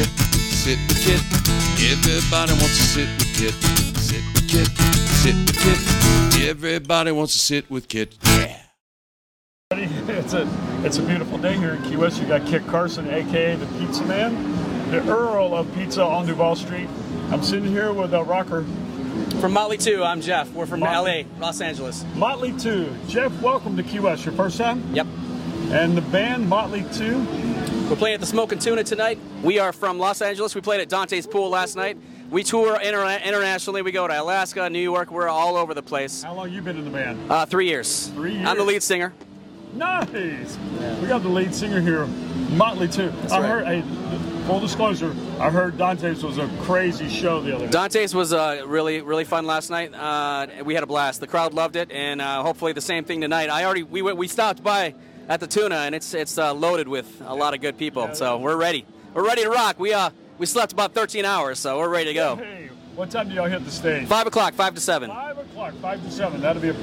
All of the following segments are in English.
sit with Kit. Everybody wants to sit with Kit. Sit with Kit. Sit with Kit. Everybody wants to sit with Kit. Yeah. It's a it's a beautiful day here in Key West. You got Kit Carson, aka the Pizza Man, the Earl of Pizza on Duval Street. I'm sitting here with a rocker, From Motley 2, I'm Jeff. We're from Motley. LA, Los Angeles. Motley Two. Jeff, welcome to Key West. Your first time, Yep. and the band Motley Two. We're playing at the Smoke and Tuna tonight. We are from Los Angeles. We played at Dante's Pool last night. We tour inter- internationally. We go to Alaska, New York. We're all over the place. How long you been in the band? Uh, three years. Three I'm the years. lead singer. Nice. We got the lead singer here, Motley Two. I right. heard. Hey, full disclosure, I heard Dante's was a crazy show the other day. Dante's was uh, really, really fun last night. Uh, we had a blast. The crowd loved it, and uh, hopefully the same thing tonight. I already we went, we stopped by at the tuna, and it's it's uh, loaded with a lot of good people. so we're ready. We're ready to rock. We uh we slept about 13 hours, so we're ready to go. Hey, what time do y'all hit the stage? Five o'clock, five to seven. Five o'clock, five to seven. That'll be a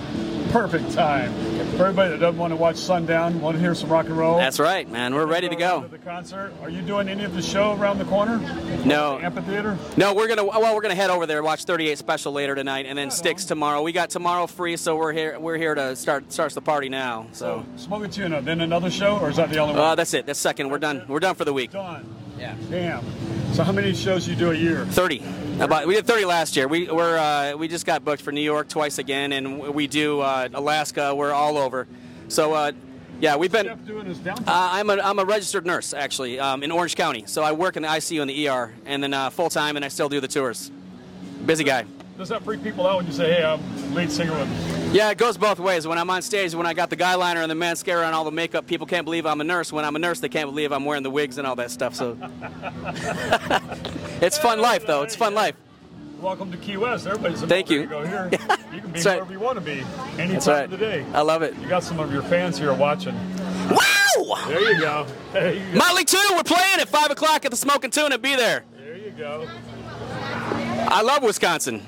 perfect time for everybody that doesn't want to watch sundown, want to hear some rock and roll. That's right, man. We're ready to go. To the concert. Are you doing any of the show around the corner? The No, amphitheater. no, we're gonna well, we're gonna head over there, watch 38 special later tonight, and then sticks tomorrow. We got tomorrow free, so we're here. We're here to start starts the party now. So Smoke a tuna, then another show, or is that the only uh, one? that's it. That's second. We're done. We're done for the week. Done. Yeah. Damn. So how many shows you do a year? 30. About we did 30 last year. We we're uh, we just got booked for New York twice again, and we do uh, Alaska. We're all over. So uh, yeah, we've been. Jeff doing his downtime. Uh, I'm, a, I'm a registered nurse actually um, in Orange County, so I work in the ICU and the ER, and then uh, full time, and I still do the tours. Busy guy. Does that freak people out when you say, "Hey, I'm lead singer with"? Yeah, it goes both ways. When I'm on stage, when I got the guy liner and the mascara and all the makeup, people can't believe I'm a nurse. When I'm a nurse, they can't believe I'm wearing the wigs and all that stuff. So it's fun life though. It's fun life. Welcome to Key West. Everybody's invited Thank you. to go here. You can be That's right. wherever you want to be, any That's time right. of the day. I love it. You got some of your fans here watching. Wow! There you go. There you go. Motley Tuna, we're playing at 5 o'clock at the Smoking Tuna. Be there. There you go. I love Wisconsin.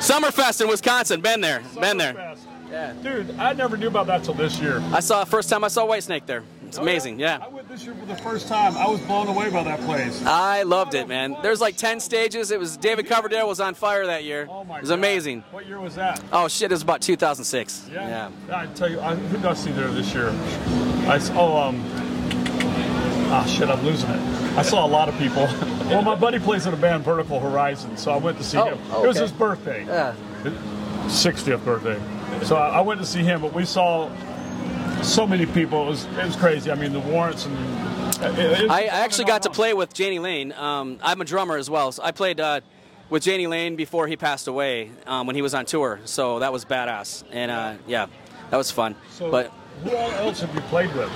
Summerfest in Wisconsin. Been there. Been there. Yeah. Dude, I never knew about that till this year. I saw first time I saw Whitesnake there. It's amazing. I Yeah. went this year for the first time. I was blown away by that place. I loved it, man. There's like 10 stages. It was David Coverdale was on fire that year. Oh my It was God. amazing. What year was that? Oh shit, it was about 2006. Yeah. I tell you, I, who did I see there this year? I saw, um, ah, shit, I'm losing it. I saw a lot of people. well, my buddy plays in a band, Vertical Horizon, so I went to see Oh, him. It was okay. his birthday. Yeah. 60th birthday. So I, I went to see him, but we saw so many people. It was, it was crazy. I mean, the warrants and. It, it- I, I actually got to play with Janie Lane. Um, I'm a drummer as well. So I played uh, with Janie Lane before he passed away um, when he was on tour. So that was badass. And uh, yeah, that was fun. So but who all else have you played with?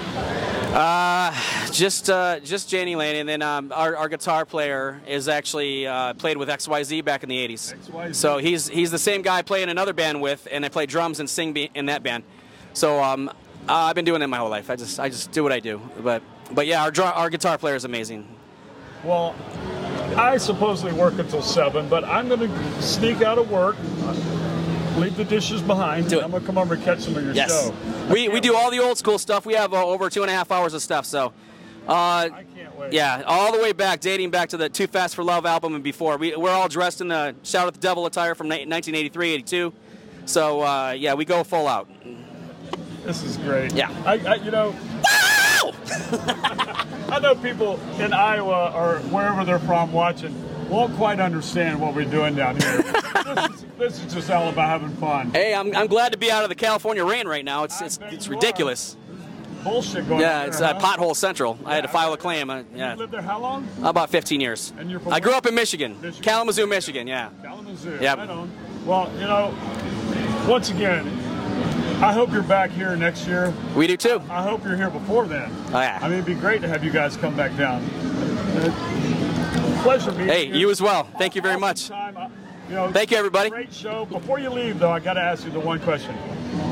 just uh, just Janie Lane, and then um, our, our guitar player is actually uh, played with XYZ back in the XYZ. '80s. So he's he's the same guy I play in another band with, and I play drums and sing be- in that band. So um, uh, I've been doing it my whole life. I just I just do what I do. But but yeah, our dr- our guitar player is amazing. Well, I supposedly work until seven, but I'm going to sneak out of work, leave the dishes behind. Do it. I'm going to come over and catch some of your Yes, show. we we do all the old school stuff. We have uh, over two and a half hours of stuff. So. Uh, I can't wait. Yeah, all the way back, dating back to the Too Fast for Love album and before. We, we're all dressed in the Shout at the Devil attire from 1983, 82. So, uh, yeah, we go full out. This is great. Yeah. I, I you know. I know people in Iowa or wherever they're from watching won't quite understand what we're doing down here. this, is, this is just all about having fun. Hey, I'm, I'm glad to be out of the California rain right now. It's I it's, bet it's you are. ridiculous. Bullshit going Yeah, on. it's there, uh, huh? pothole central. I had to file a claim. Uh, yeah, You lived there how long? about 15 years. And you're from I grew where? up in Michigan, Michigan. Kalamazoo, Michigan. Yeah. Kalamazoo. Yep. Right on. Well, you know, once again, I hope you're back here next year. we do too. I hope you're here before then. Oh, yeah. I mean, it'd be great to have you guys come back down. Uh, Pleasure being Hey, here. you as well. Thank you very Awesome much. time. I- You know, Thank you, everybody. Great show. Before you leave, though, I got to ask you the one question.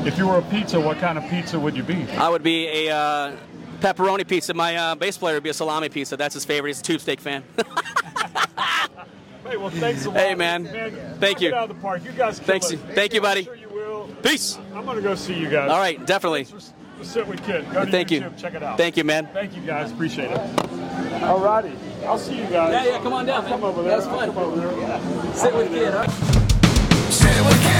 If you were a pizza, what kind of pizza would you be? I would be a uh, pepperoni pizza. My uh, bass player would be a salami pizza. That's his favorite. He's a tube steak fan. Hey, well, thanks a lot. Hey, man. Thank knock you. it out of the park. You guys kill Thanks. it. Thank you, buddy. I'm sure you will. Peace. I'm going to go see you guys. All right, definitely. Just sit with Kid. Go to Thank you. YouTube, Check it out. Thank you, man. Thank you guys. Appreciate it. Alrighty. I'll see you guys. Yeah, yeah, come on down, I'll come man. over there. That's I'll fun. Come over there. Sit with kid, huh? Sit with Kid.